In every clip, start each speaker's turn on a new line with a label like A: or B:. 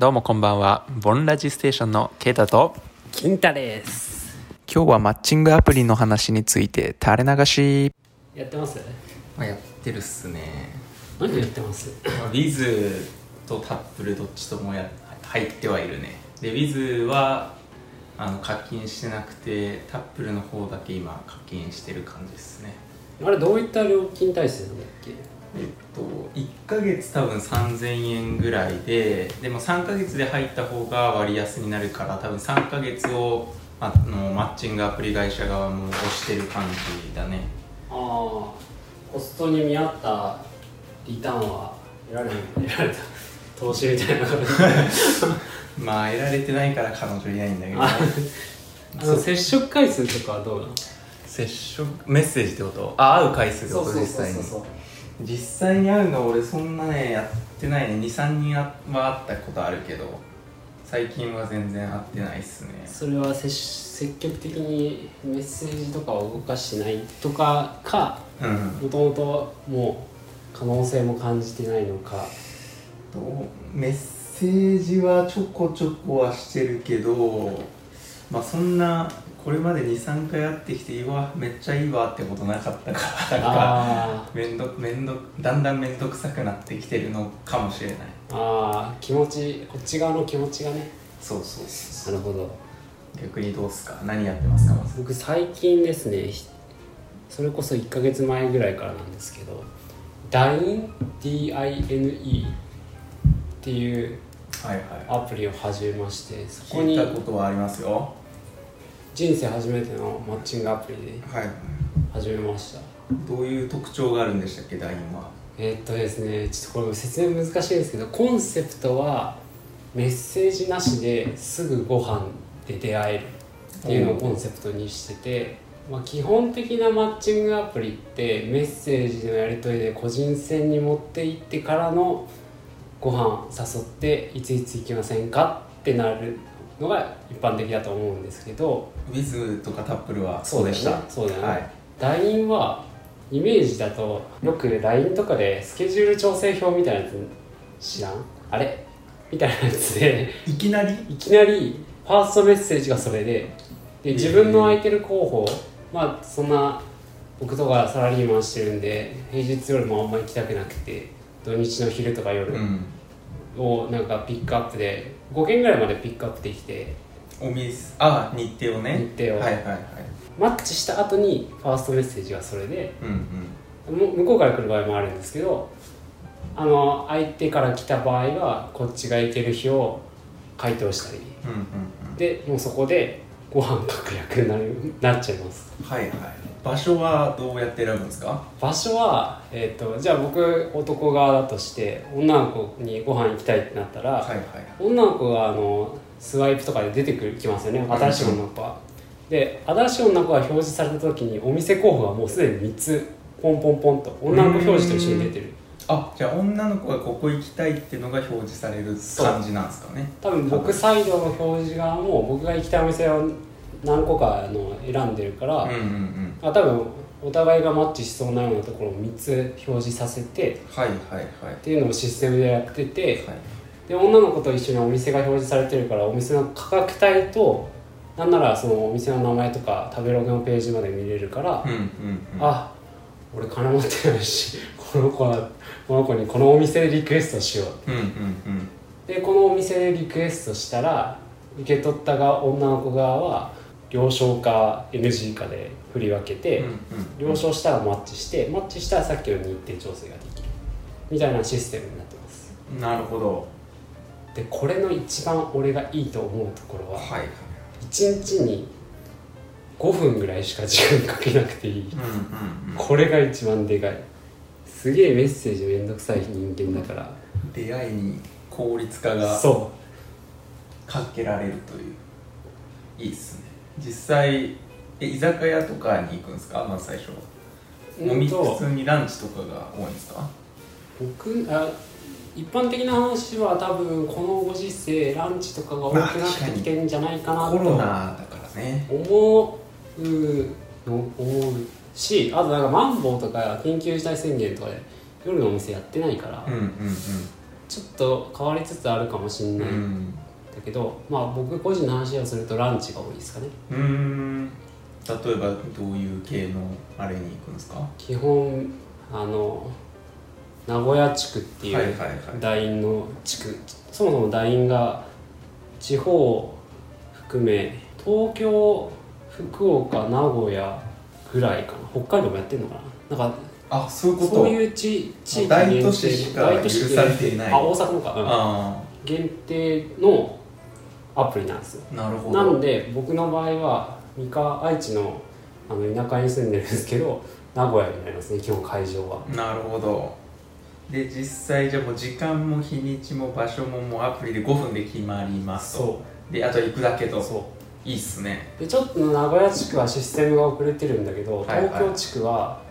A: どうもこんばんは。ボンラジステーションのケイタと、
B: 金太です
A: 今日はマッチングアプリの話について垂れ流し。
B: やってます
C: まあ、やってるっすね、
B: 何やってます
C: まあ、ウィズとタップルどっちともや入ってはいるねでウィズはあの課金してなくてタップルの方だけ今課金してる感じですね
B: あれどういった料金体制なんだっけ
C: えっと1ヶ月多分3000円ぐらいででも3ヶ月で入った方が割安になるから多分3ヶ月をあのマッチングアプリ会社側も押してる感じだね
B: ああコストに見合ったリターンは得られない得られた投資みた いな
C: まあ得られてないから彼女いないんだけどね、
B: ああの接触回数とかはどうなの
C: 接触メッセージってことあ会う回数ってこと実際に実際に会うの俺そんなねやってないね23人はは会ったことあるけど最近は全然会ってないっすね
B: それは接積極的にメッセージとかを動かしてないとかか
C: うん
B: もともともう可能性も感じてないのか
C: とメッセージはちょこちょこはしてるけどまあそんなこれまで23回会ってきてうわめっちゃいいわってことなかったから なんか
B: あ
C: めんどめんどだんだん面倒くさくなってきてるのかもしれない
B: ーあー気持ちこっち側の気持ちがね
C: そうそうそう
B: なるほど
C: 逆にどうっすか何やってますかまず
B: 僕最近ですねひそれこそ1ヶ月前ぐらいからなんですけど DINE っていう
C: はいは
B: アプリを始めましてそ
C: い聞
B: こ
C: い
B: に
C: たことはありますよ
B: 人生初めてのマッチングアプリで
C: はい
B: 始めました
C: どういう特徴があるんでしたっけダインは
B: えーっとですねちょっとこれ説明難しいんですけどコンセプトはメッセージなしですぐご飯で出会えるっていうのをコンセプトにしてて、まあ、基本的なマッチングアプリってメッセージのやり取りで個人戦に持っていってからのご飯誘っていついつ行きませんかってなるのが一般的だと思うんですけど
C: ウィズとかタップルは
B: そうだよね、
C: はい、
B: LINE はイメージだとよく LINE とかでスケジュール調整表みたいなやつ知らんあれ みたいなやつで
C: いきなり
B: いきなりファーストメッセージがそれでで自分の空いてる候補まあそんな僕とかサラリーマンしてるんで平日夜もあんま行きたくなくて土日の昼とか夜
C: うん
B: をなんかピックアップで5件ぐらいまでピックアップできて
C: お水あ日程をね
B: 日程を
C: はいはいはい
B: マッチした後にファーストメッセージがそれで
C: うんうん
B: も向こうから来る場合もあるんですけどあの相手から来た場合はこっちが行ける日を回答したり
C: うんうん
B: でもうそこでご飯確約になるなっちゃいます
C: うんはいはい場所はどうやって選ぶんですか
B: 場所は、えー、とじゃあ僕男側だとして女の子にご飯行きたいってなったら、
C: はいはい
B: 女の子があのスワイプとかで出てくるきますよね新しい女の子は。で新しい女の子が表示された時にお店候補がもうすでに3つポンポンポンと女の子表示と一緒に出てる
C: あじゃあ女の子がここ行きたいっていうのが表示される感じなんですかね
B: 多分僕サイドの表示側も僕が行きたいお店を何個かあの選んでるから、
C: うんうんうん
B: あ多分お互いがマッチしそうなようなところを3つ表示させてっ
C: はいはいはい
B: ていうのをシステムでやってて
C: はい
B: で女の子と一緒にお店が表示されてるからお店の価格帯となんならそのお店の名前とか食べログのページまで見れるから、
C: うんうんうん
B: あ俺金持ってないしこの子はこの子にこのお店でリクエストしよう
C: うんうんうん
B: でこのお店でリクエストしたら受け取った側女の子側は了承か NG かで振り分けて、
C: うんうん
B: 了承したらマッチしてマッチしたらさっきの日程調整ができるみたいなシステムになってます
C: なるほど
B: でこれの一番俺がいいと思うところは
C: はい
B: 1日に5分ぐらいしか時間かけなくていい
C: うんうん
B: これが一番でかいすげえメッセージめんどくさい人間だか
C: うん出会いに効率化
B: ら
C: が
B: そ
C: かけられるといういいっすね実際え居酒屋とかに行くんですかまず最初は
B: う
C: 飲み
B: うんと
C: 普通にランチとかが多いんですか
B: 僕あ一般的な話は多分このご時世ランチとかが多くなってきてんじゃないかな
C: コ
B: と
C: ロナだからね
B: 思うの思うしあとなんかマンボウとか緊急事態宣言とかで夜のお店やってないから、
C: うんうんうん
B: ちょっと変わりつつあるかもしれ
C: う
B: ないん
C: ん
B: だけど、まあ僕個人の話をするとランチが多いですかね
C: うーん例えばどういう系のあれに行くんですかは
B: 基本あの名古屋地区って
C: い
B: いう、
C: はいはい
B: 団員の地区そもそも団員が地方を含め東京福岡名古屋ぐらいかな北海道もやってんのかななんか
C: あそういうこと
B: そういう地地域
C: 大都市しか
B: 大都市
C: 許されていない
B: あ大阪もか、うん
C: あ
B: 限定のアプリなんですよ
C: あなるほど
B: なんで僕の場合は三河愛知のあの田舎に住んでるんですけど名古屋になりますね基本会場は
C: なるほどで実際じゃあもう時間も日にちも場所ももうアプリで5分で決まりますと
B: そ
C: であとは行くだけ
B: う
C: と
B: そう
C: いいっすね
B: でちょっと名古屋地区はシステムが遅れてるんだけど、
C: はいはい
B: 東京地区は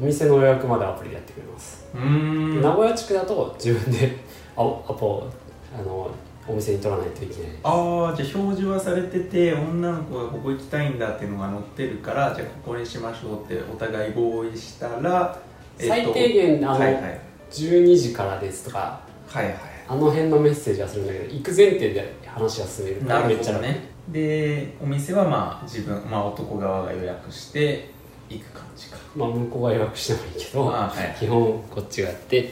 B: お店の予約までアプリでやってくれます、
C: うーん
B: 名
C: あ
B: 古屋地区だと自分であアポをあのお店に取らないといけない
C: あじゃあ表示はされてて女の子がここ行きたいんだっていうのが載ってるからじゃあここにしましょうってお互い合意したら、
B: 最低限あの
C: はいはいはい
B: 12時からですとか
C: はい
B: あの辺のメッセージはするんだけど行く前提で話が進めるか
C: な
B: ら
C: る
B: めっ
C: ほ
B: ちゃ
C: ど
B: 楽、
C: ねでお店はまあ自分、まあ、男側が予約して行く感じか
B: まあ、向こうが予約してもいいけど、
C: あはい
B: 基本こっちがやってっ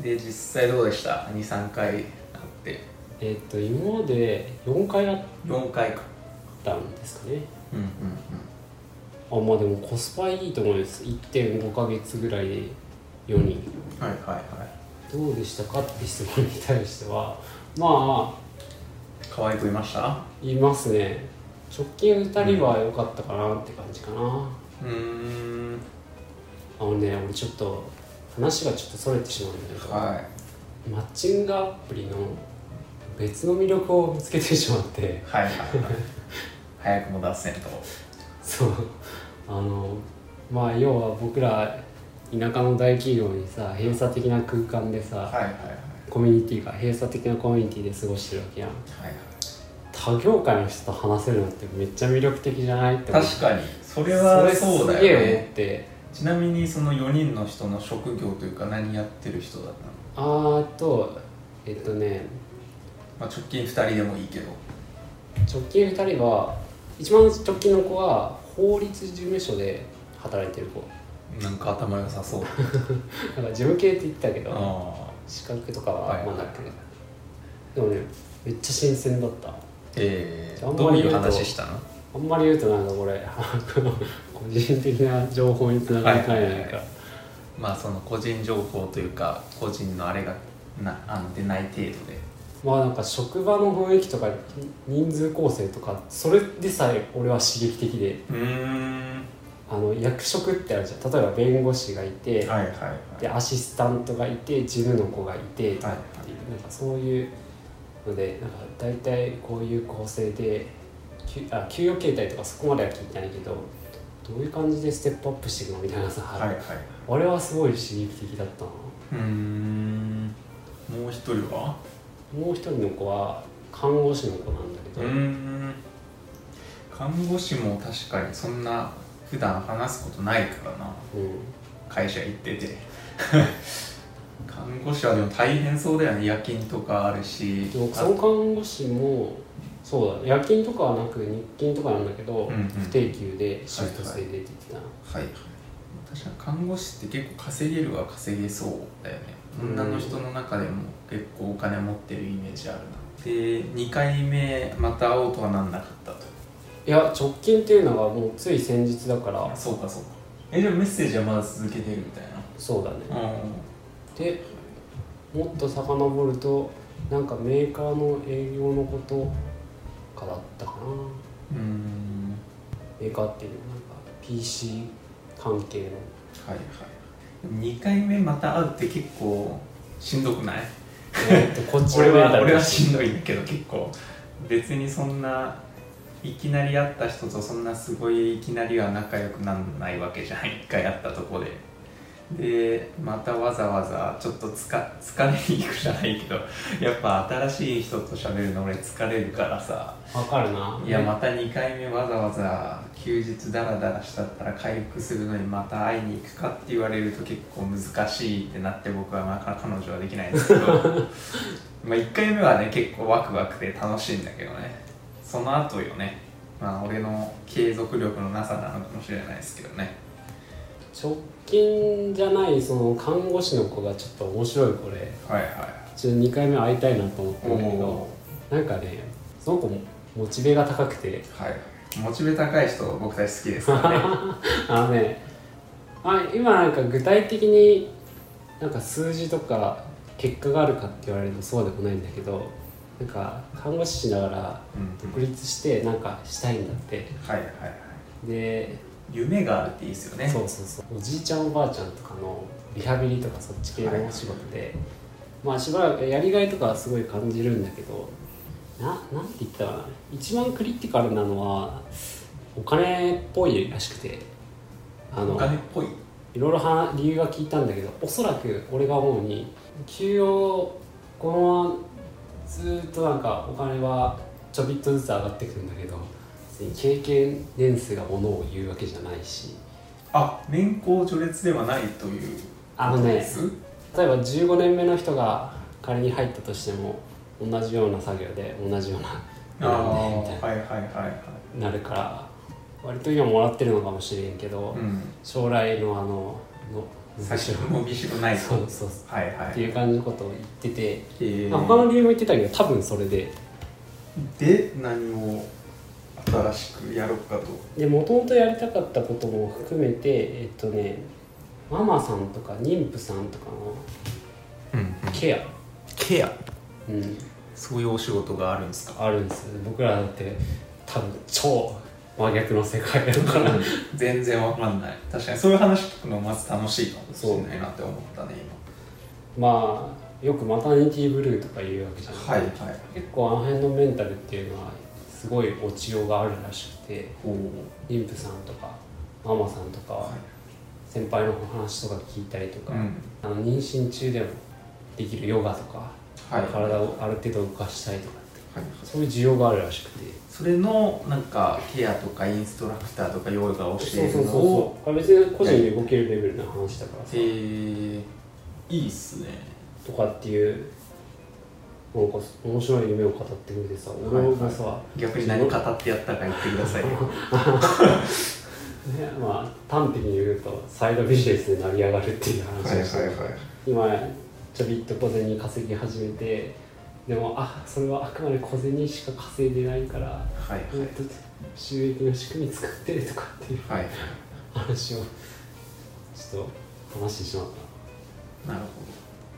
B: て
C: で実際どうでした23回あって
B: えっ、と今まで4回やっ
C: 4回か
B: たんですかね
C: うんうん
B: あまあでもコスパいいと思います1.5ヶ月ぐらいで4人
C: うんはいはいはい
B: どうでしたかって質問に対してはまあ
C: 可愛くいました
B: いますね直近2人は良かったかなって感じかな、
C: うーん
B: あのね俺ちょっと話がちょっとそれてしまうんだけど、
C: は
B: マッチングアプリの別の魅力を見つけてしまって
C: いはいはいはい早くも脱線と
B: そうあのまあ要は僕ら田舎の大企業にさ閉鎖的な空間でさ、
C: はいはいはい
B: コミュニティが閉鎖的なコミュニティで過ごしてるわけやん
C: はい
B: 他業界の人と話せるのってめっちゃ魅力的じゃないって思って
C: 確かにそれはそうだよ
B: れすげえ思っ
C: ね
B: て
C: ちなみにその4人の人の職業というか何やってる人だったの、
B: あーとえっとね
C: まあ、直近2人でもいいけど
B: 直近2人は一番直近の子は法律事務所で働いてる子
C: なんか頭良さそう
B: なんか事務系って言ってたけど
C: ああ
B: 資格とか
C: はい
B: はまだだけどでもねめっちゃ新鮮だった
C: ええ
B: あんまり
C: どういう
B: 言うと
C: 話したの
B: あんまり言うとなんかこれ個人的な情報につながりかねないから、
C: まあその個人情報というか個人のあれがなあのでない程度で
B: まあなんか職場の雰囲気とか人数構成とかそれでさえ俺は刺激的で
C: うーん
B: あの役職ってあるじゃん例えば弁護士がいて、
C: はいはいはい
B: でアシスタントがいて事務の子がいてっていう、
C: はい
B: なんかそういうのでなんか大体こういう構成で給あ給与形態とかそこまでは聞いてないけどどういう感じでステップアップしていくのみたいなさ、
C: はいはい
B: 俺はすごい刺激的だったな
C: うーんもう一人は
B: もう一人の子は看護師の子なんだけ
C: う
B: ど、
C: ーん看護師も確かにそんな普段話すことないからな
B: うん
C: 会社行って て看護師はでも大変そうだよね夜勤とかあるし
B: でもその看護師もそうだね夜勤とかはなく日勤とかなんだけど、
C: うんうん
B: 不定休でシフト制で出てきた、
C: はいはい確かに看護師って結構稼げるは稼げそうだよね
B: うん
C: 女の人の中でも結構お金持ってるイメージあるなで2回目また会おうとはなんなかったと
B: いや直近っていうのがもうつい先日だから
C: そうかそうかえでもメッセージはまだ続けてるみたい
B: そうだね
C: なうん
B: でもっと遡るとなんかメーカーの営業のことかだったかな
C: うーん
B: メーカーっていうのはなんか PC 関係の
C: はいはい2回目また会うって結構しんどくない
B: え ーっとこっちの
C: 俺
B: メーカ
C: は
B: ー
C: 俺は
B: だ
C: しんどいんだけど結構別にそんないきなり会った人とそんなすごいいきなりは仲良くなんないわけじゃん一回会ったとこででまたわざわざちょっとつか疲れに行くじゃないけどやっぱ新しい人と喋るの俺疲れるからさ
B: わかるない
C: やまた2回目わざわざ休日ダラダラしたったら回復するのにまた会いに行くかって言われると結構難しいってなって僕はなかなか彼女はできないんですけど まあ1回目はね結構ワクワクで楽しいんだけどねその後よねまあ俺の継続力のなさなのかもしれないですけどね
B: 直近じゃないその看護師の子がちょっと面白いこれ
C: はいはい
B: ちょっと2回目会いたいなと思ったんだけど
C: お
B: なんかねその子もモチベが高くて
C: はいモチベ高い人僕たち好きですからね
B: あのねあ今なんか具体的になんか数字とか結果があるかって言われるとそうでもないんだけどなんか看護師しながら
C: うん
B: 独立してなんかしたいんだって
C: はいはいはい
B: で
C: 夢があるっていいですよね
B: そうそうそうおじいちゃんおばあちゃんとかのリハビリとかそっち系のお仕事で、まあしばらくやりがいとかはすごい感じるんだけどななんて言ったら一番クリティカルなのはお金っぽいらしくてあ
C: お
B: の
C: 金っぽい
B: いろいろは理由が聞いたんだけどおそらく俺が思うに給与このままずっとなんかお金はちょびっとずつ上がってくるんだけど別に経験年数がものを言うわけじゃないし
C: あ年功序列ではないという
B: あのね
C: です
B: 例えば15年目の人が仮に入ったとしても同じような作業で同じよう
C: あ
B: な
C: あ
B: なんでみた
C: は
B: い
C: いはいはいはい
B: になるから割と今もらってるのかもしれんけど、
C: うん
B: 将来のあのの
C: 最初伸びしろない
B: そう
C: と
B: そうそう
C: はいは
B: って
C: い
B: いう感じのことを言ってて、
C: えー
B: まあ、他の理由も言ってたけど多分それで
C: で何を新しくやろうかと
B: でもともとやりたかったことも含めてえっとねママさんとか妊婦さんとかの
C: うん
B: ケア、
A: ケア
B: うん、
C: そういうお仕事があるんですか
B: あるんですよね僕らだって多分超真逆の世界だから
C: 全然わかんない確かにそういう話聞くのまず楽しいかもしれないなって思ったね
B: まあよくマタニティブルーとか言うわけじゃ
C: 今
B: ない、
C: はいはい
B: 結構あの辺のメンタルっていうのはすごい落ちようがあるらしくて
C: おー
B: 妊婦さんとかママさんとかは先輩のお話とか聞いたりとか、
C: うん
B: あの妊娠中でもできるヨガとか、
C: はいはい
B: 体をある程度動かしたいとかってそういう需要があるらしくて
C: それのなんかケアとかインストラクターとかヨガを教
B: そう
C: え
B: そう
C: る
B: そ
C: の
B: う
C: を
B: そう別に個人で動けるレベルの話だからさ、
C: えー、いいっすね
B: とかっていうなんか面白い夢を語ってくれてさ
C: はい
B: 俺もさ、
C: 逆に何語ってやったか言ってくださいよ
B: ねまあ、端的に言うとサイドビジネスで成り上がるっていう話をして、今ちょびっと小銭稼ぎ始めてでもあそれはあくまで小銭しか稼いでないから
C: はいはい
B: もっと収益の仕組み作ってるとかっていう
C: はい
B: 話をちょっと話してしまっ
C: なるほ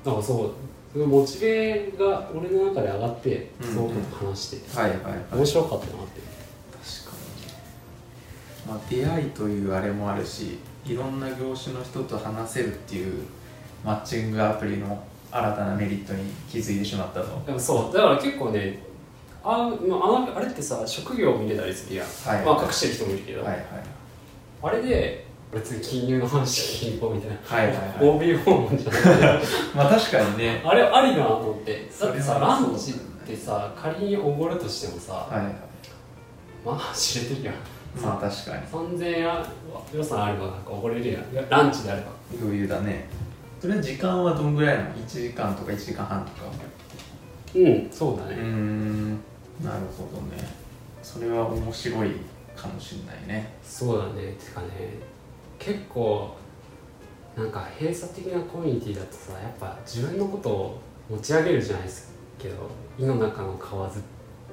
B: たなんかそうそのモチベが俺の中で上がって
C: うん
B: そのこと話して、
C: どはいはいはい
B: 面白かったなって
C: まあ、出会いというあれもあるしいろんな業種の人と話せるっていうマッチングアプリの新たなメリットに気づいてしまったと
B: でもそうだから結構ねあまああのあれってさ職業見れたりするやん、
C: はい
B: まあ隠してる人もいるけど、
C: はいはい
B: あれで別に金融の話聞こうみたいな、
C: はいはいはい
B: OB 訪問じゃない
C: まあ確かにね
B: あれありだなと思ってだって
C: そ
B: さ
C: れは
B: ラ
C: そうだよね
B: ンチってさ仮におごるとしてもさ、
C: はいはい
B: まあ知れてるやん
C: まあ確かに
B: 3000円は予算あればなんかおごれるやんいやランチであれば
C: 余裕だねそれは時間はどんぐらいなの1時間とか1時間半とか
B: うんそうだ
C: うー
B: ね、
C: んなるほどねそれは面白いかもしれないね
B: そうだねてかね結構なんか閉鎖的なコミュニティだとさやっぱ自分のことを持ち上げるじゃないですけど井の中の蛙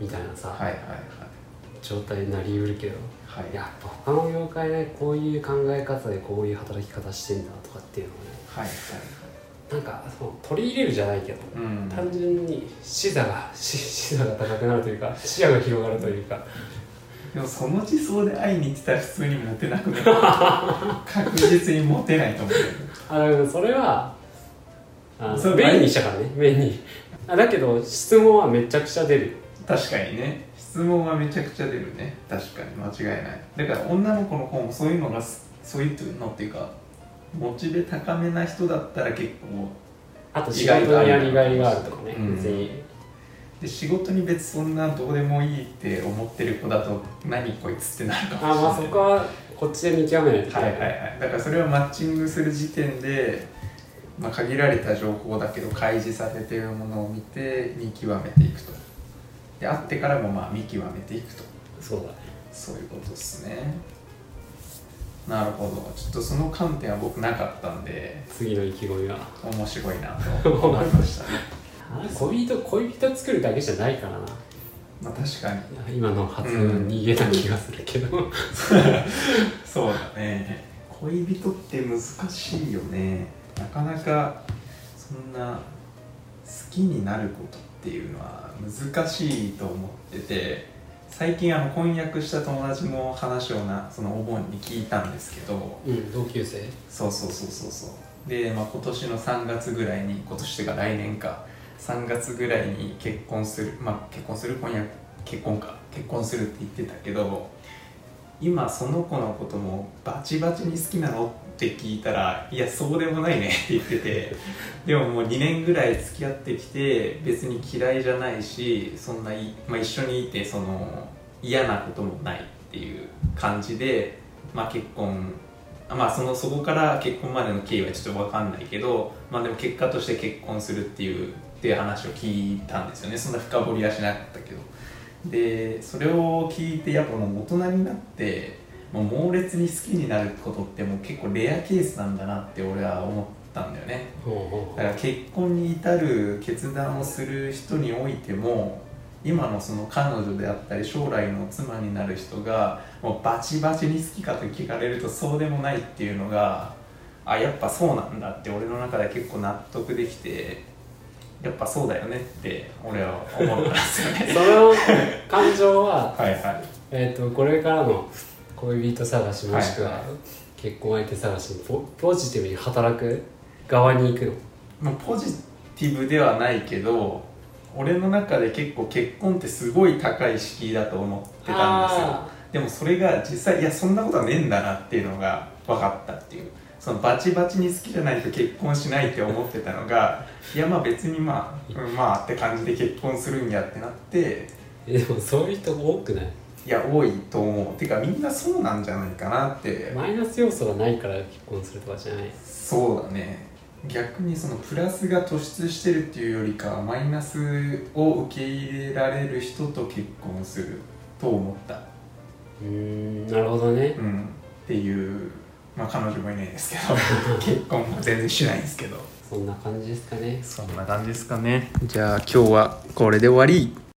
B: みたいなさ、
C: はいはい
B: 状態になりうるけど
C: はいはい
B: やっぱ他の業界でこういう考え方でこういう働き方してんだとかっていうのをね
C: はいはい
B: なんかその取り入れるじゃないけど、
C: うん
B: 単純に視座が視視座が高くなるというか視野が広がるというか
C: でもその地層で会いに行ってたら普通にモテな くなる確実にモテないと思うよ
B: あのそれはあ
C: それ
B: メインにしたからねメインにあだけど質問はめちゃくちゃ出る
C: 確かにね質問はめちゃくちゃ出るね確かに間違いないだから女の子の方もそういうのがすそういうのっていうかモチベ高めな人だったら結構
B: あと仕事にやりがいがあるとかね、
C: うん
B: 別に
C: で仕事に別にそんなどうでもいいって思ってる子だと何こいつってなるかもしれ
B: あ
C: ない
B: まあそこはこっちで見極めないといけ
C: は
B: ない
C: はいはいだからそれはマッチングする時点で、まあ、限られた情報だけど開示されているものを見て見極めていくとで会ってからもまあ見極めていくと
B: そうだね
C: そういうことですねなるほどちょっとその観点は僕なかったんで
B: 次の意気込みは
C: 面白いなと思いました ね
B: 恋人恋人作るだけじゃないからな
C: まあ確かに
B: 今の発音逃げた気がするけど、
C: そうだね恋人って難しいよねなかなかそんな好きになることっていうのは難しいと思ってて最近あの婚約した友達の話をなそのお盆に聞いたんですけど
B: うん、同級生
C: そうそうそうそうそうで、まあ、今年の3月ぐらいに今年というか来年か3月ぐらいに結婚するまあ結婚する婚約結婚か結婚するって言ってたけど今その子のこともバチバチに好きなのって聞いたらいやそうでもないねって言っててでももう2年ぐらい付き合ってきて別に嫌いじゃないしそんない、まあ、一緒にいてその嫌なこともないっていう感じで、まあ、結婚あまあそのそこから結婚までの経緯はちょっと分かんないけど、まあ、でも結果として結婚するっていうっていう話を聞いたんですよねそんな深掘りはしなかったけどでそれを聞いてやっぱもう大人になってもう猛烈に好きになることってもう結構レアケースなんだなって俺は思ったんだよね
B: ほ
C: だから結婚に至る決断をする人においても今のその彼女であったり将来の妻になる人がもうバチバチに好きかと聞かれるとそうでもないっていうのがあやっぱそうなんだって俺の中で結構納得できてやっぱそうだよねって俺は思ったんですよね
B: その感情は
C: はいはい
B: えー、とこれからの恋人探しもしくは結婚相手探しにポポジティブに働く側に行くの
C: まあ、ポジティブではないけど俺の中で結構結婚ってすごい高い敷居だと思ってたんですよ
B: あ
C: でもそれが実際いやそんなことはねえんだなっていうのが分かったっていうそのバチバチに好きじゃないと結婚しないって思ってたのがいやまあ別にまあ、うんまあって感じで結婚するんやってなって
B: ーえでもそういう人多くない
C: いや多いと思うてかみんなそうなんじゃないかなって
B: マイナス要素がないから結婚するとかじゃない
C: そうだね逆にそのプラスが突出してるっていうよりかはマイナスを受け入れられる人と結婚すると思った、
B: うーんなるほどね
C: うん、っていうまあ彼女もいないですけど結婚も全然しないんですけど
B: そんな感じですかね
A: そんな感じですかねじゃあ今日はこれで終わり